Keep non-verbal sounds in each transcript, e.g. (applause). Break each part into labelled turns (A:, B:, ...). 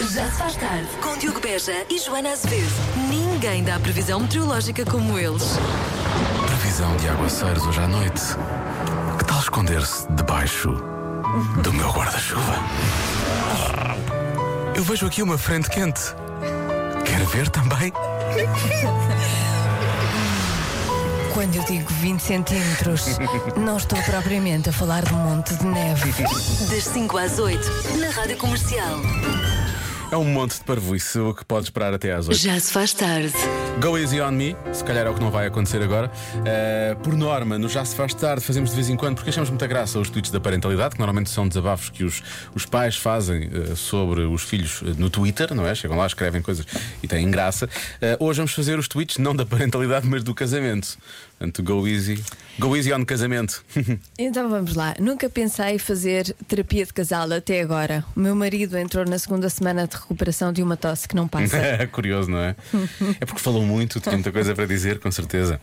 A: Já se faz tarde com Diogo Beja e Joana Azevedo. Ninguém dá previsão meteorológica como eles.
B: Previsão de aguaceiros hoje à noite. Que tal esconder-se debaixo do meu guarda-chuva? Eu vejo aqui uma frente quente. Quer ver também?
C: Quando eu digo 20 centímetros,
B: (laughs)
C: não estou propriamente a falar de um monte de neve.
A: Das 5 às 8, na Rádio Comercial.
B: É um monte de parvoíce o que pode esperar até às 8.
A: Já se faz tarde.
B: Go easy on me, se calhar é o que não vai acontecer agora. Eh, por norma, no Já Se Faz Tarde, fazemos de vez em quando, porque achamos muita graça os tweets da parentalidade, que normalmente são desabafos que os, os pais fazem eh, sobre os filhos eh, no Twitter, não é? Chegam lá, escrevem coisas e têm graça. Eh, hoje vamos fazer os tweets não da parentalidade, mas do casamento. Portanto, go easy. Go easy on casamento.
C: Então vamos lá. Nunca pensei fazer terapia de casal até agora. O meu marido entrou na segunda semana de recuperação de uma tosse que não passa.
B: (laughs) Curioso, não é? É porque falou muito, tinha muita coisa para dizer, com certeza.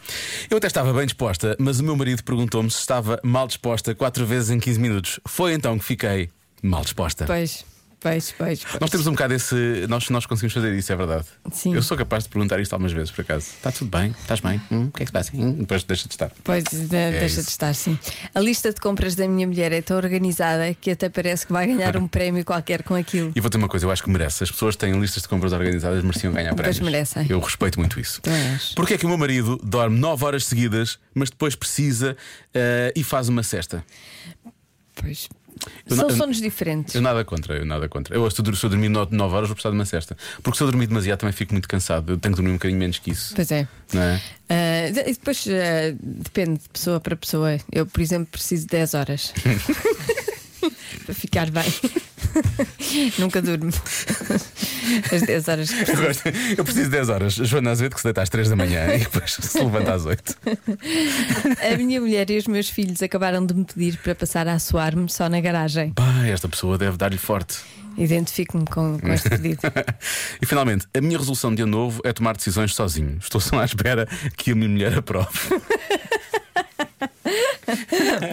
B: Eu até estava bem disposta, mas o meu marido perguntou-me se estava mal disposta quatro vezes em 15 minutos. Foi então que fiquei mal disposta.
C: Pois, pois, pois. pois.
B: Nós temos um bocado esse. Nós, nós conseguimos fazer isso, é verdade.
C: Sim.
B: Eu sou capaz de perguntar isto algumas vezes, por acaso. Está tudo bem? Estás bem? Hum, o que é que se passa? Hum, depois deixa de estar.
C: Pois, de- deixa
B: É isso.
C: de estar, sim. A lista de compras da minha mulher é tão organizada que até parece que vai
B: (laughs)
C: ganhar um prémio qualquer com aquilo.
B: E vou ter uma coisa, eu acho que merece. As pessoas que têm listas de compras organizadas, mereciam ganhar prémios.
C: merecem.
B: Eu respeito muito isso.
C: Também acho.
B: Porquê é que o meu marido dorme 9 horas seguidas, mas depois precisa eh, e faz uma cesta?
C: Pois.
B: Eu
C: São
B: não- eu-
C: sonos diferentes.
B: Eu nada contra, eu nada contra. Eu, se eu dur- se eu dormir 9 horas, vou precisar de uma cesta. Porque se eu dormir demasiado, também fico muito cansado. Eu tenho que dormir um bocadinho menos que isso.
C: Pois é.
B: Não é?
C: Ah, de- e depois ah, depende de pessoa para pessoa. Eu, por exemplo, preciso de 10 horas (laughs) para ficar bem. (laughs) Nunca durmo (laughs) as 10 horas que
B: Eu,
C: preciso.
B: gosto- eu preciso de 10 horas. Joana Azevedo, que se deita às 3 da manhã e depois se levanta às 8.
C: A minha mulher e os meus filhos acabaram de me pedir para passar a assoar-me só na garagem.
B: Pá, esta pessoa deve dar-lhe forte.
C: Identifico-me com, com este (laughs) pedido.
B: e finalmente, a minha resolução de ano novo é tomar decisões sozinho. Estou só à espera que a minha mulher aprove.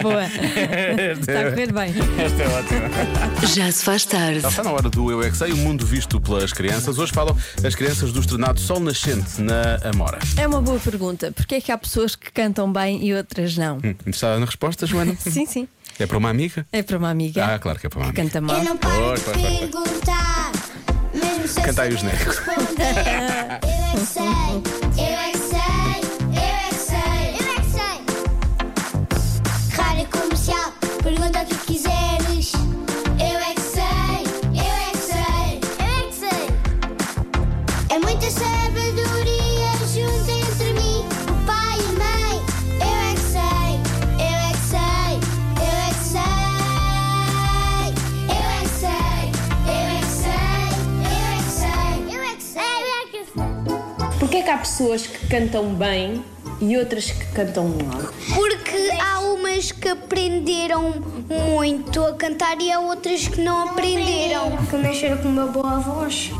C: Boa, está a correr bem.
B: Esta é ótima.
A: Já se faz tarde.
B: Já está na hora do Eu é Que Sei, o mundo visto pelas crianças. Hoje falam as crianças do estrenado Sol Nascente na Amora.
C: É uma boa pergunta. Porquê é que há pessoas que cantam bem e outras não?
B: Hum, Interessada na resposta, Joana?
C: Sim, sim.
B: É para uma amiga?
C: É para uma amiga
B: Ah, claro que é para uma
C: que
B: amiga.
C: canta mal.
D: Eu não paro
B: Pois, pois,
D: de
B: pois,
D: perguntar, mesmo sem
B: Canta aí
D: saber
B: o genérico.
D: responder. Eu é que sei, eu é que sei, eu é que sei, eu é que sei. Rádio comercial, pergunta o que quiseres. Eu é que sei, eu é que sei, eu é que sei. É muita sabedoria junta entre mim, o pai e a mãe. Eu é que sei, eu é que sei, eu é que sei. Eu é que sei, eu é que sei, eu é que sei, eu é que sei, eu é que sei.
E: Porquê é que há pessoas que cantam bem e outras que cantam mal?
D: Porque há umas que aprenderam muito a cantar e há outras que não aprenderam. Que nasceram com uma boa voz.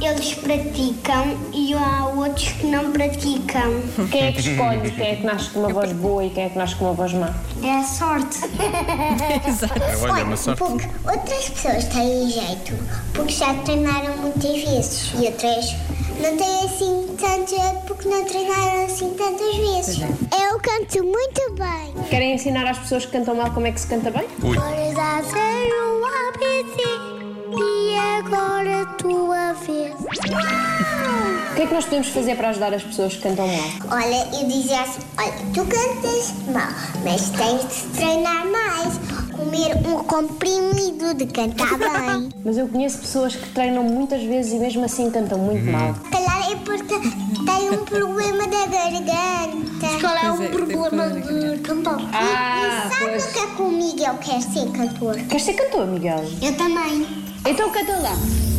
D: eles praticam e há outros que não praticam.
E: Quem é que escolhe quem é que nasce com uma voz boa e quem é que nasce com uma voz má?
D: É
B: (laughs)
D: a sorte.
B: É, olha, uma sorte.
D: Porque outras pessoas têm jeito, porque já treinaram muitas vezes. E outras não têm assim tanto jeito porque não treinaram assim tantas vezes.
B: é.
D: Eu canto muito bem.
E: Querem ensinar às pessoas que cantam mal como é que se canta bem?
B: Ui.
D: Agora ser o ABC e agora a tua vez.
E: O que é que nós podemos fazer para ajudar as pessoas que cantam mal?
D: Olha, eu dizia assim: olha, tu cantas mal, mas tens de treinar mais. Comer um comprimido de
E: (laughs)
D: cantar bem.
E: Mas eu conheço pessoas que treinam muitas vezes e mesmo assim cantam muito mal.
D: Se calhar é porque tem um problema da garganta. Se calhar
E: um
C: Pois é, tem problema da
D: do cantor.
E: Ah,
D: e sabe
E: pois.
D: o que é que o Miguel quer ser cantor?
E: Queres ser cantor, Miguel?
D: Eu também.
E: Então canta lá.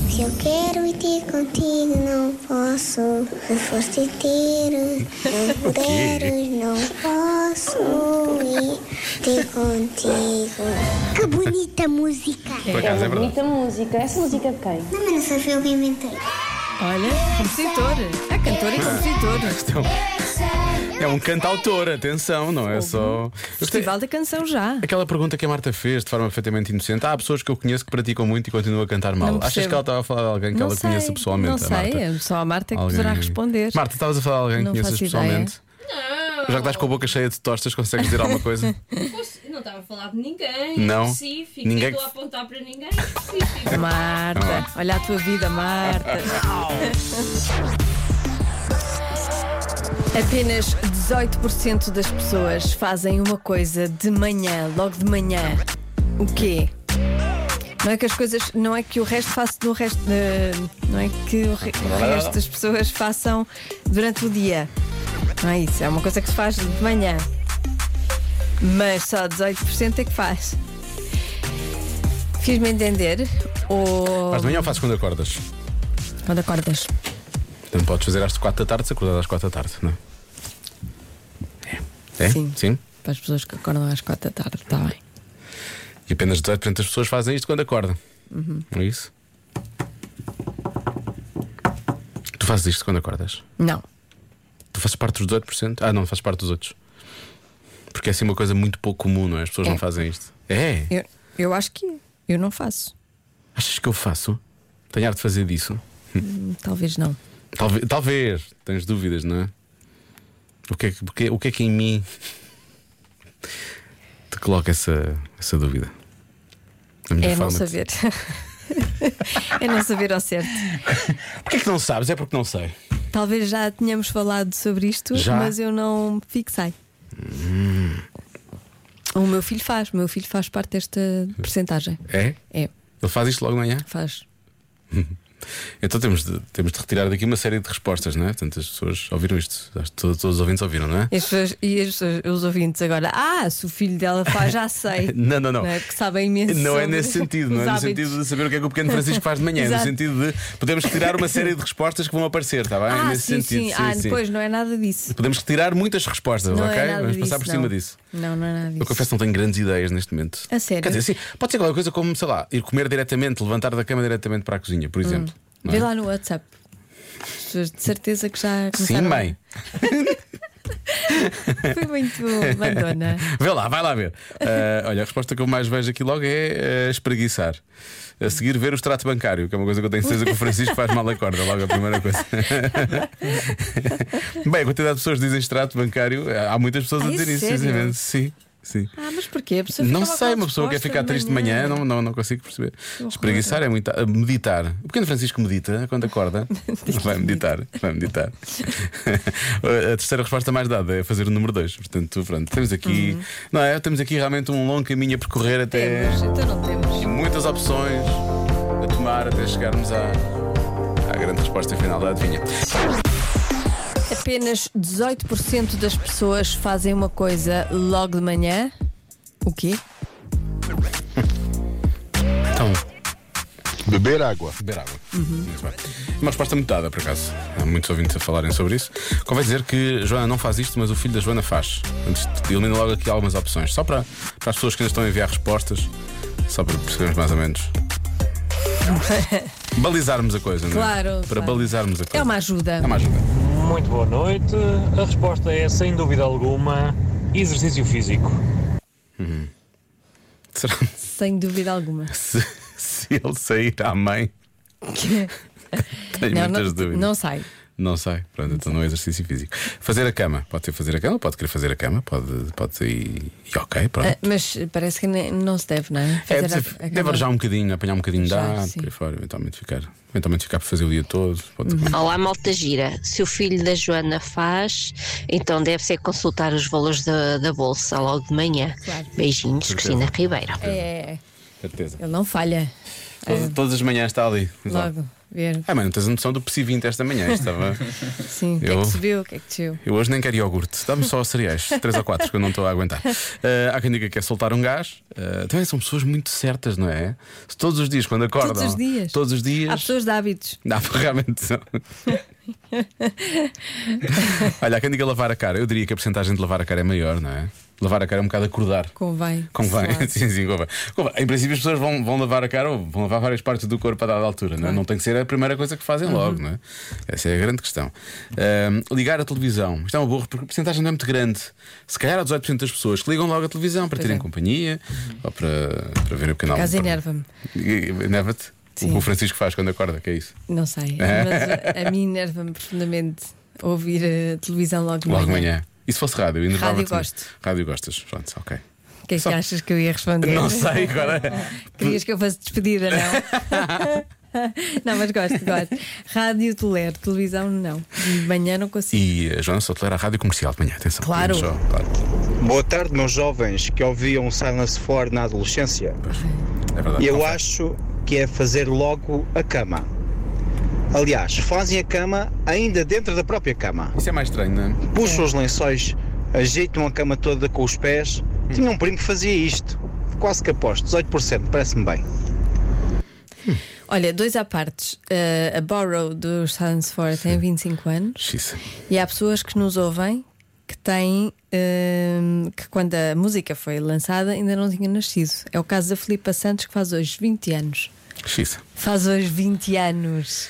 D: Se eu quero ir ter contigo, não posso. Não foste inteiro, não puderes, não posso ir ter contigo. Que bonita música!
B: Por
E: É
B: acaso,
C: um
B: é verdade.
E: uma bonita música. Essa música é de quem?
D: Não, mas não sou eu que inventei.
C: Olha, É compositor. Há cantor e
B: Então,
C: compositor.
B: é um cantautor, atenção, não é só. Eu sei-
C: Festival da Canção já.
B: Aquela pergunta que a Marta fez de forma perfeitamente inocente: há pessoas que eu conheço que praticam muito e continuam a cantar mal.
C: Não
B: Achas
C: percebo.
B: que ela estava a falar de alguém é que
C: não
B: ela
C: sei,
B: conheça pessoalmente?
C: Não
B: a
C: sei,
B: Marta?
C: é só a Marta que
B: Alguém-
C: poderá responder.
B: Marta, estavas a falar de alguém que
C: Não
B: conheças
C: faço
B: pessoalmente? Não. Já que estás com a boca cheia de tostas, consegues dizer alguma
C: (laughs)
B: coisa?
F: Pois, eu não estava a falar de ninguém
B: Não.
F: em específico.
B: Ninguém
F: Ninguém... Estou a
B: que-
F: apontar para ninguém em específico.
C: Marta, olha a tua vida, Marta. (laughs) Apenas 18% das pessoas fazem uma coisa de manhã, logo de manhã. O quê? Não é que as coisas, não é que o resto faça do resto, de- não é que o, re- o resto das pessoas façam durante o dia. Não é isso, é uma coisa que se faz de manhã. Mas só 18% é que faz. Fiz-me entender? Ou
B: Mas de manhã ou fazes quando acordas?
C: quando acordas?
B: Então podes fazer às 4 da tarde, se acordar às 4 da tarde, não é? É?
C: Sim.
B: Sim.
C: Para as pessoas que acordam às 4 da tarde, está bem.
B: E apenas 18% das pessoas fazem isto quando acordam.
C: Uhum.
B: Não é isso? Tu fazes isto quando acordas?
C: Não.
B: Tu fazes parte dos 18%? Ah, não, fazes parte dos outros. Porque é assim uma coisa muito pouco comum, não é? As pessoas
C: É.
B: não fazem isto. É?
C: Eu, eu acho que eu não faço.
B: Achas que eu faço? Tenho ar de fazer disso?
C: Talvez não.
B: Talvez, talvez. Tens dúvidas, não é? O que é que, porque- o que, é que em mim te coloca essa, essa dúvida? A minha
C: É não
B: forma de-
C: saber. (laughs) é não saber ao certo.
B: Porquê que não sabes? É porque não sei.
C: Talvez já tenhamos falado sobre isto,
B: Já? Hum.
C: mas eu não fixei. O meu filho faz, o meu filho faz parte desta percentagem.
B: É?
C: É,
B: Ele faz isto logo de manhã?
C: faz.
B: Então temos de, temos de retirar daqui uma série de respostas, não é? Portanto, as pessoas ouviram isto. Acho que todos, todos os ouvintes ouviram, não é?
C: E, as pessoas- e as pessoas- os ouvintes agora, ah, se o filho dela faz, já sei.
B: (laughs) Não, não, não.
C: Não é? Porque sabem imenso.
B: Não é
C: sobre
B: nesse sentido, não
C: os
B: é no
C: hábitos.
B: sentido de saber o que é que o pequeno Francisco faz de manhã, é no
C: (laughs) Exato.
B: sentido de podemos retirar uma série de respostas que vão aparecer, está bem? É
C: Ah,
B: nesse
C: sim,
B: sentido.
C: sim. Ah, depois não é nada disso.
B: Podemos retirar muitas respostas,
C: Não
B: ok?
C: é nada
B: Vamos
C: disso,
B: passar por cima
C: não.
B: disso.
C: Não, não é nada disso.
B: Eu confesso que não tenho grandes ideias neste momento.
C: A sério?
B: Quer dizer, sim, pode ser qualquer coisa como, sei lá, ir comer diretamente, levantar da cama diretamente para a cozinha, por exemplo. não é?
C: Hum. Vê lá no WhatsApp. As pessoas de certeza que já
B: Sim,
C: começaram.
B: mãe.
C: (laughs) Foi muito mandona.
B: Vê lá, vai lá
C: (laughs)
B: ver. Ah, olha, a resposta que eu mais vejo aqui logo é ah, espreguiçar. A seguir, ver o extrato bancário, que é uma coisa que eu tenho certeza que o Francisco faz mal a corda, logo a primeira
C: (laughs)
B: coisa. Bem, a quantidade de pessoas que dizem extrato bancário, há muitas pessoas a
C: Ai,
B: dizer isso,
C: sério?
B: sinceramente. Sim, sim.
C: Ah, mas porquê? A pessoa
B: Não
C: fica logo
B: sei,
C: com a
B: uma pessoa quer
C: resposta
B: ficar triste de manhã, não, não, não consigo perceber. Espreguiçar é muito. ah, Meditar. O pequeno Francisco medita quando
C: (laughs)
B: acorda. vai meditar, vai meditar. (laughs) a terceira resposta mais dada é fazer o número 2. Portanto, pronto, temos aqui. Não é? Temos aqui realmente um longo caminho a percorrer até
C: Uhum. Temos, então não temos.
B: muitas opções a tomar até chegarmos à, à grande resposta final da adivinha.
C: Apenas 18% das pessoas fazem uma coisa logo de manhã. O quê?
B: Então,
G: Beber água.
B: beber água. Uhum. Muito bem. Uma resposta muito dada, por acaso. Há muitos ouvintes a falarem sobre isso. Convém dizer que Joana não faz isto, mas o filho da Joana faz. Antes de- Elimina logo aqui algumas opções, só para, para as pessoas que ainda estão a enviar respostas, só para percebermos mais ou
C: (laughs)
B: menos. Balizarmos a coisa,
C: Claro,
B: não é? Para
C: claro.
B: balizarmos a coisa.
C: É uma ajuda.
B: É uma ajuda.
H: Muito boa noite. A resposta é, sem dúvida alguma, exercício físico.
B: Será
C: Sem
B: (laughs)
C: dúvida alguma.
B: se, se ele sair à mãe? Tenho
C: Não,
B: muitas
C: não,
B: dúvidas.
C: não sai.
B: Não sei, pronto, então não é exercício físico. Fazer a cama, pode ser fazer a cama, pode querer fazer a cama, pode, pode ser e, e ok, pronto.
C: Ah, Mas parece que nem- não se deve, não é?
B: É,
C: Fazer a-
B: deve-
C: a
B: deve arranjar um bocadinho, apanhar um bocadinho de
C: Já,
B: ar,
C: sim.
B: por aí fora, eventualmente ficar, eventualmente ficar por fazer o dia todo. Pode...
C: Uhum.
I: Olá, malta gira. Se o filho da Joana faz, então deve ser consultar os valores da, da bolsa logo de manhã. Beijinhos,
B: Certeza.
I: Cristina Ribeiro.
C: É,
B: Certeza.
C: ele não falha.
B: Todas, todas as manhãs está ali. Exato.
C: Eh, Logo, ver.
B: Ah, mas não tens a noção do PSI 20 esta manhã. isto
C: (laughs)
B: Estava...
C: Sim, o que é
B: Eu-
C: que subiu, o que é que desceu?
B: Eu hoje nem quero iogurte, dá-me só cereais, três ou quatro que eu não estou a aguentar. Ah, há quem diga que é soltar um gás. Ah, também são pessoas muito certas, não é? Se todos os dias, quando acordam.
C: Todos os dias.
B: Todos os dias.
C: Há pessoas de hábitos.
B: Não, realmente são. Olha, há quem diga lavar a cara, eu diria que a porcentagem de lavar a cara é maior, não é? Lavar a cara é um bocado acordar.
C: Convém.
B: Convém,
C: Claro.
B: (laughs) sim, sim, convém. Convém. Em princípio, as pessoas vão, vão lavar a cara ou vão lavar várias partes do corpo a dada altura, não, é? não tem que ser a primeira coisa que
C: Uhum.
B: fazem logo, não é? Essa é a grande questão. Ahm, ligar a televisão, isto é uma boa, porque a porcentagem não é muito grande. Se calhar há 18% das pessoas que ligam logo a televisão para
C: Pois
B: terem
C: é.
B: companhia ou para, para ver o canal.
C: Caso
B: para-
C: enerva-me.
B: Enerva-te? O
C: Sim.
B: que o Francisco faz quando acorda, que é isso?
C: Não sei. Mas eh, a, a mim enerva-me profundamente ouvir a televisão logo de manhã.
B: Logo de manhã. E se fosse rádio? enervava
C: Rádio gosto.
B: Rádio gostas, pronto, ok.
C: O que é que
B: Só-
C: achas que eu ia responder?
B: (laughs) Não sei agora.
C: Querias que eu fosse despedida,
B: (laughs)
C: não? não, mas gosto, gosto. Rádio tolero, televisão não. De manhã não consigo.
B: E a Joana Sotler, a rádio comercial de manhã, atenção.
C: Claro.
B: Só, claro.
J: Boa tarde, meus jovens que ouviam Silence 4 na adolescência.
B: É verdade.
J: Eu acho que é fazer logo a cama. Aliás, fazem a cama ainda dentro da própria cama.
B: Isso é mais estranho, não é?
J: Puxam os lençóis, ajeitam a cama toda com os pés. Tinha um primo que fazia isto. Quase que aposto, 18%, parece-me bem.
C: Olha, dois à partes. Uh, a Borrow dos Silence 4 tem 25 anos
B: Xis.
C: e há pessoas que nos ouvem que têm. hum, que quando a música foi lançada ainda não tinha nascido. É o caso da Filipa Santos que faz hoje 20 anos.
B: Xis.
C: Faz hoje 20 anos.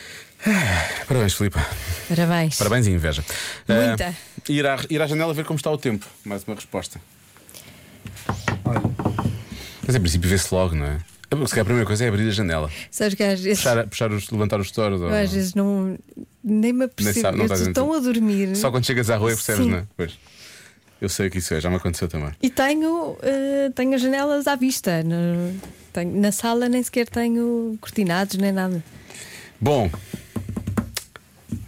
B: Parabéns, Filipe.
C: Parabéns.
B: Parabéns e inveja.
C: Muita.
B: Eh, ir, à, ir à janela ver como está o tempo. Mais uma resposta. Mas em princípio vê-se logo, não é? Se calhar a primeira coisa é abrir a janela.
C: Sabes que às vezes.
B: Puxar, puxar os, levantar os touros. ou-
C: Eu às vezes não. Nem me
B: Nem
C: apercebo.
B: sabe, não
C: eu
B: estás dentro.
C: estou tão a dormir.
B: Só quando chegas à rua é que percebes,
C: Sim.
B: não é? Pois. Eu sei que isso é, já me aconteceu também.
C: E tenho, eh, tenho as janelas à vista. No- tenho- na sala nem sequer tenho cortinados nem nada.
B: Bom,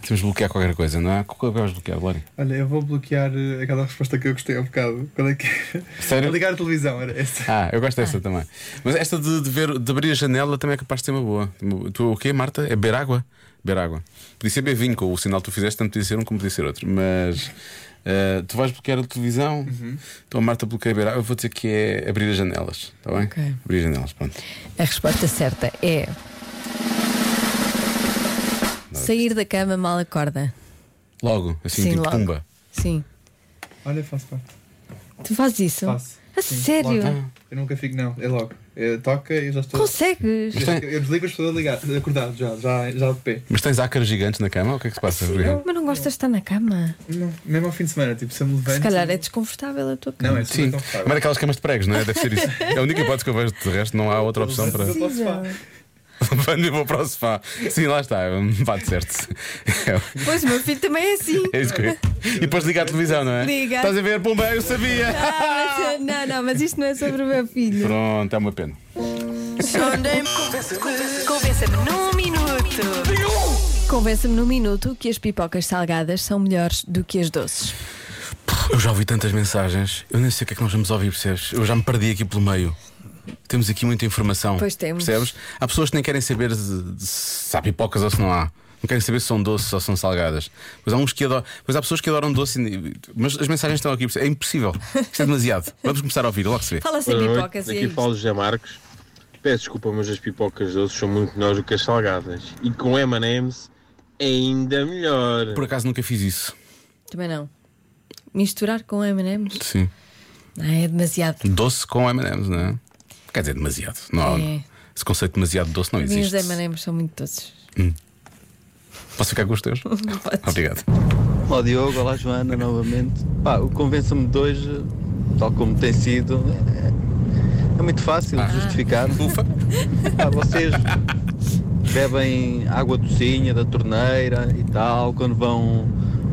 B: temos de bloquear qualquer coisa, não é? Qual é que vais bloquear, Lori?
K: Olha, eu vou bloquear eh, aquela resposta que eu gostei há bocado. Qual é que é?
B: Sério?
K: Ligar a televisão, era essa.
B: Ah, eu gosto dessa também. Mas esta de, de ver, de abrir a janela também é capaz de ser uma boa. Tu o quê, Marta? É beber água? Beber água. Podia ser beber vinho, com o sinal que tu fizeste, tanto podia ser um como podia ser outro. Mas eh, tu vais bloquear a televisão,
K: Uhum.
B: então a Marta bloqueia beber água. Eu vou dizer que é abrir as janelas, está bem?
C: Ok.
B: Abrir as janelas, pronto.
C: A resposta certa é. Sair da cama mal acorda.
B: Logo, assim, tipo
C: logo.
B: pumba.
C: Sim.
K: Olha, faço parte.
C: Tu fazes isso?
K: Faço.
C: A
K: Sim,
C: sério?
K: logo. Eu nunca fico, não, é logo. Eh, toca e eu já estou.
C: Consegues?
K: Eu, eu desligo as pessoas ligadas, acordado já, já, já de pé.
B: Mas tens ácaros gigantes na cama? O que é que se passa? Bruno?
C: Mas não gostas de estar na cama?
K: Não, mesmo ao fim de semana, tipo, se eu me levanto.
C: Se calhar é desconfortável a tua cama.
K: Não, é super
B: Sim,
K: confortável.
B: mas aquelas camas de pregos, não é? Deve ser isso. É a única hipótese que eu vejo, de resto, não há outra opção para. (laughs)
K: Eu posso falar.
B: Vando e vou para o sofá. Sim, lá está, bate certo. É
C: Pois o meu filho também é
K: (laughs)
C: assim.
B: isso que eu- E depois liga a televisão, não é?
C: Liga.
B: Estás a ver? Pumba, eu sabia!
C: Ah, mas, não, não, mas isto não é sobre o meu
K: (laughs)
C: filho.
B: Pronto, é uma pena.
A: Convença-me num minuto.
C: Convença-me num minuto que as pipocas salgadas são melhores do que as doces.
B: Eu já ouvi tantas mensagens, eu nem sei o que é que nós vamos ouvir, percebes? Eu já me perdi aqui pelo meio. Temos aqui muita informação.
C: Pois temos.
B: Percebes? Há pessoas que nem querem saber se se há pipocas ou se não há. Não querem saber se são doces ou são salgadas. Pois há, uns que adoram, pois há pessoas que adoram doce, e- mas as mensagens estão aqui. É impossível. Isto é demasiado. Vamos começar a ouvir, logo se vê.
C: Fala sem pipocas e é
H: Aqui
C: isto.
H: falo José Marcos. Peço desculpa, mas as pipocas doces são muito melhores do que as salgadas. E com M&M's ainda melhor.
B: Por acaso nunca fiz isso.
C: Também não. Misturar com M&M's
B: Sim.
C: não, é demasiado.
B: Doce com M&M's, não é? Quer dizer, demasiado. Não,
C: É.
B: Esse conceito de demasiado doce não
C: Para mim os
B: existe.
C: M&M's são muito doces.
B: Posso ficar com os
C: (laughs)
B: teus? Obrigado.
J: Olá Diogo, olá Joana novamente. Pá, o Convença-me de hoje, tal como tem sido, é, é muito fácil de justificar.
B: Ufa.
J: Pá, vocês bebem água docinha da torneira e tal, quando vão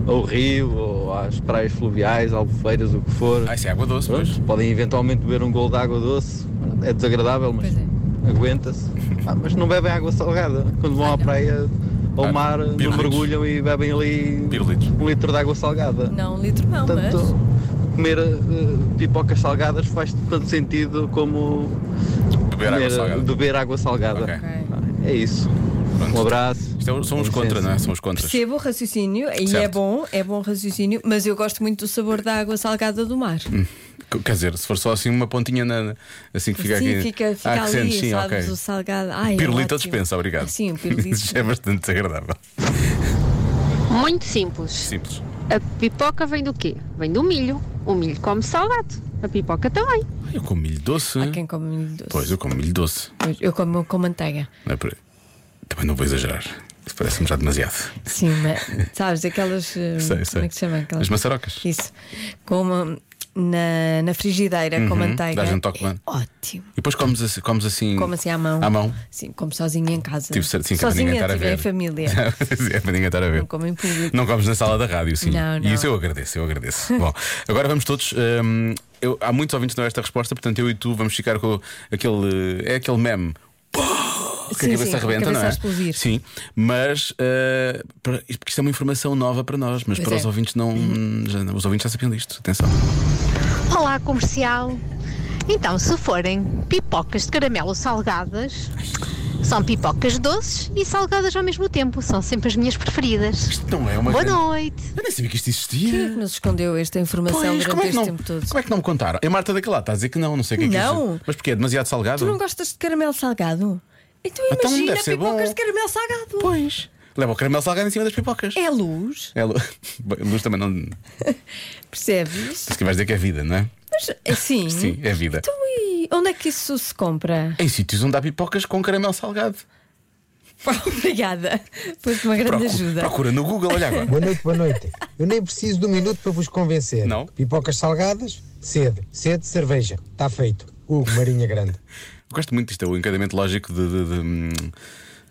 J: ao rio ou às praias fluviais, albufeiras, o que for.
B: Ah, isso é água doce, pois.
J: Pronto, podem eventualmente beber um golo de água doce, é desagradável, mas
C: Pois é.
J: aguenta-se. Ah, mas não bebem água salgada. Quando vão à praia
B: Ah,
J: ao mar, não
B: pirulitos.
J: mergulham e bebem ali
B: Pirulitos.
J: um litro de água salgada.
C: Não, um litro não, mas...
J: Portanto, comer eh, pipocas salgadas faz tanto sentido como
B: Beber água
J: comer- eh,
B: salgada.
J: beber água salgada.
B: Ok.
J: Ah, É isso.
B: Pronto.
J: Um abraço.
B: Isto é o- são os
J: Com
B: contra,
J: licença.
B: não é? São os contras.
C: Percebo o raciocínio e é
B: Certo.
C: bom, é bom raciocínio, mas eu gosto muito do sabor da água salgada do mar.
B: Hum, C- Quer dizer, se for só assim uma pontinha na, na- assim que fica
C: sim,
B: aqui.
C: fica, fica
B: Ah, que
C: ali,
B: sentes, sim,
C: sabes,
B: ok. Um
C: o salgado. Ai, é
B: pirulito
C: ótimo.
B: a dispensa, obrigado.
C: Sim, o
B: (laughs)
C: pirulito.
B: Isso é bastante desagradável.
I: Muito simples.
B: Simples.
I: A pipoca vem do quê? Vem do milho.
L: o milho come salgado, a pipoca também.
B: Eu como milho doce.
C: Quem come milho doce?
B: Pois, eu como milho doce.
C: Pois, Eu como com manteiga.
B: Não é por aí. Também não vou exagerar. Isso parece-me já demasiado.
C: Sim, mas,
B: (laughs)
C: sabes, aquelas. eh,
B: Sei, sei.
C: Como é que se chama? Aquelas...
B: As maçarocas.
C: Isso. Com uma- na, na frigideira com
B: Uhum,
C: manteiga. É
B: dás-lhe um toque, mano.
C: Ótimo.
B: E depois comes assim. Comes assim,
C: Como assim à mão.
B: À mão.
C: Sim, como sozinha em casa.
B: Tive certo, sim, que é para ninguém
C: sozinha,
B: estar a
C: tive
B: ver.
C: em
B: (laughs)
C: família.
B: é para ninguém estar a ver.
C: Não como em público.
B: Não comes na sala da rádio, sim.
C: Não,
B: E
C: não.
B: isso eu agradeço, eu agradeço. (laughs) Bom, agora vamos todos. hum, eu- há muitos ouvintes que não esta resposta, portanto eu e tu vamos ficar com aquele. É aquele meme. Pô, Que
M: Sim,
B: a cabeça
M: sim, com a
B: arrebenta,
M: cabeça
B: não é?
M: a explodir.
B: Sim, mas uh, para- isto- porque isto é uma informação nova para nós, mas
M: Pois
B: para
M: é.
B: os ouvintes não.
C: Uhum.
B: já não- os ouvintes já sabiam disto, atenção.
L: Olá, comercial. Então, se forem pipocas de caramelo salgadas, são pipocas doces e salgadas ao mesmo tempo. São sempre as minhas preferidas.
B: Isto não é uma
L: Boa
B: grande-
L: noite.
B: Eu nem sabia que isto existia.
C: Quem é que nos escondeu esta informação
B: Pois,
C: durante
B: como, é que
C: este
B: não,
C: tempo todo?
B: como é que não me contaram? É Marta daquela, está a dizer que não, não sei o que é que
C: Não.
B: isso- Mas porque é demasiado salgado?
C: Tu não gostas de caramelo salgado? Então
B: Então
C: imagina
B: deve ser
C: pipocas
B: bom.
C: de caramelo salgado. Pois.
B: Leva o caramelo salgado em cima das pipocas.
C: É luz,
B: É, lu- Bem, luz também não.
C: percebes?
B: Se que vais dizer que é vida, não é?
C: Mas assim.
B: Sim, é vida.
C: Então, e onde é que isso se compra? (laughs)
B: Em sítios onde há pipocas com caramelo salgado.
C: Obrigada. Foste uma grande
B: Procu-
C: ajuda.
B: Procura no Google, olha agora.
N: Boa noite, boa noite. Eu nem preciso de um minuto para vos convencer. Não. Pipocas salgadas, sede, sede, cerveja. Está feito. Hugo, Marinha
B: (laughs)
N: Grande.
B: Eu gosto muito disto, é o encadeamento lógico de, de, de-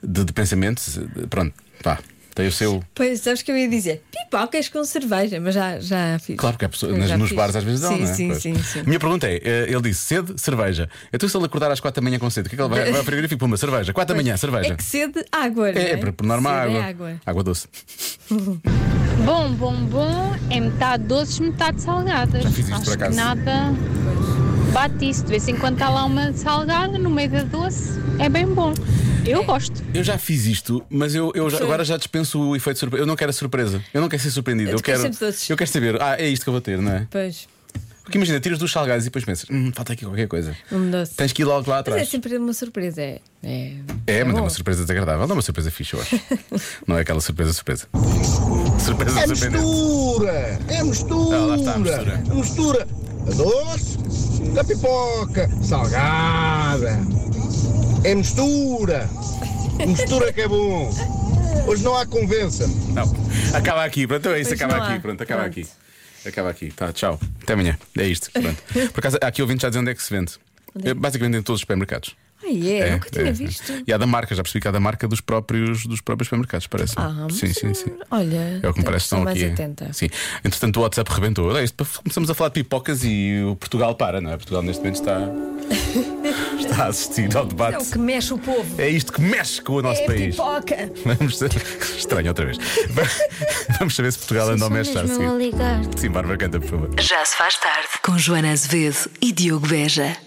B: de- de pensamentos. De- Pronto, pá, tem o seu.
C: Pois, sabes que eu ia dizer pipocas com cerveja, mas já, já fiz.
B: Claro que há pessoas,
C: Eu
B: nas-
C: já
B: nos
C: fiz.
B: bares às vezes dão,
C: sim,
B: não é?
C: Sim,
B: Pois.
C: sim, sim.
B: Minha pergunta é: eh, ele disse sede, cerveja. Então, se ele acordar às quatro da manhã com sede, o que é que ele vai? Vai ao frigorífico, puma, cerveja. Quatro da
C: Pois.
B: manhã, cerveja.
C: É que sede água, não é?
B: É, é, por- por norma,
C: Sede é
B: água. Água doce.
O: Bom, bom, bom é metade doces, metade salgadas.
B: Já fiz isto,
O: Acho
B: por acaso.
O: que nada bate isso. De vez em quando está lá uma salgada no meio da doce. É bem bom.
F: É.
O: Eu gosto.
B: Eu já fiz isto, mas eu, eu já-
O: Sim.
B: agora já dispenso o efeito surpresa. Eu não quero a surpresa. Eu não quero ser surpreendido. Eu
C: Tu queres
B: quero,
C: sempre doces.
B: eu quero saber. Ah, é isto que eu vou ter, não é?
C: Pois,
B: Porque imagina, tiras dos salgados e depois pensas, hum, falta aqui qualquer coisa.
C: um doce.
B: Tens que ir logo lá
C: Mas é
B: atrás.
C: sempre uma surpresa. É, é,
B: É, mas é
C: bom.
B: uma surpresa desagradável. Não é uma surpresa fixe, eu acho. não é aquela surpresa, surpresa. Surpresa
M: É
B: surpreendente.
M: mistura! É mistura! É
B: Ah, lá está a mistura.
M: mistura. doce da pipoca salgada. É mistura. Mistura que é bom. Hoje não há convença.
B: Não. Acaba aqui, pronto, é isso,
M: Pois
B: acaba
M: não
B: aqui,
M: há.
B: pronto, acaba
M: Pronto.
B: aqui. Acaba aqui, tá, tchau. Até amanhã. É isto. Pronto. Por acaso, há aqui ouvindo já dizer onde é que se vende.
C: Onde é?
B: É, Basicamente em todos os supermercados.
C: Ah, é?
B: É,
C: Nunca tinha
B: é,
C: visto.
B: E há da marca, já percebi que há da marca dos próprios, dos próprios supermercados, parece.
C: Ah,
B: sim, sim, sim.
C: Olha,
B: É o que me parece que
C: estou
B: estão
C: mais
B: aqui.
C: atenta.
B: Sim. Entretanto, o WhatsApp rebentou. Olha, isto, começamos a falar de pipocas e o Portugal para, não é? Portugal neste momento
C: (laughs)
B: está, está a assistir ao
C: É o
B: debate.
C: que mexe o povo.
B: É isto que mexe com o nosso
C: é
B: país.
C: pipoca.
B: Vamos Estranho outra
C: (laughs)
B: vez. Vamos saber se Portugal anda ou mexe já a seguir. Sim, Bárbara, canta, por favor.
A: Já se faz tarde com Joana Azevedo e Diogo Beja.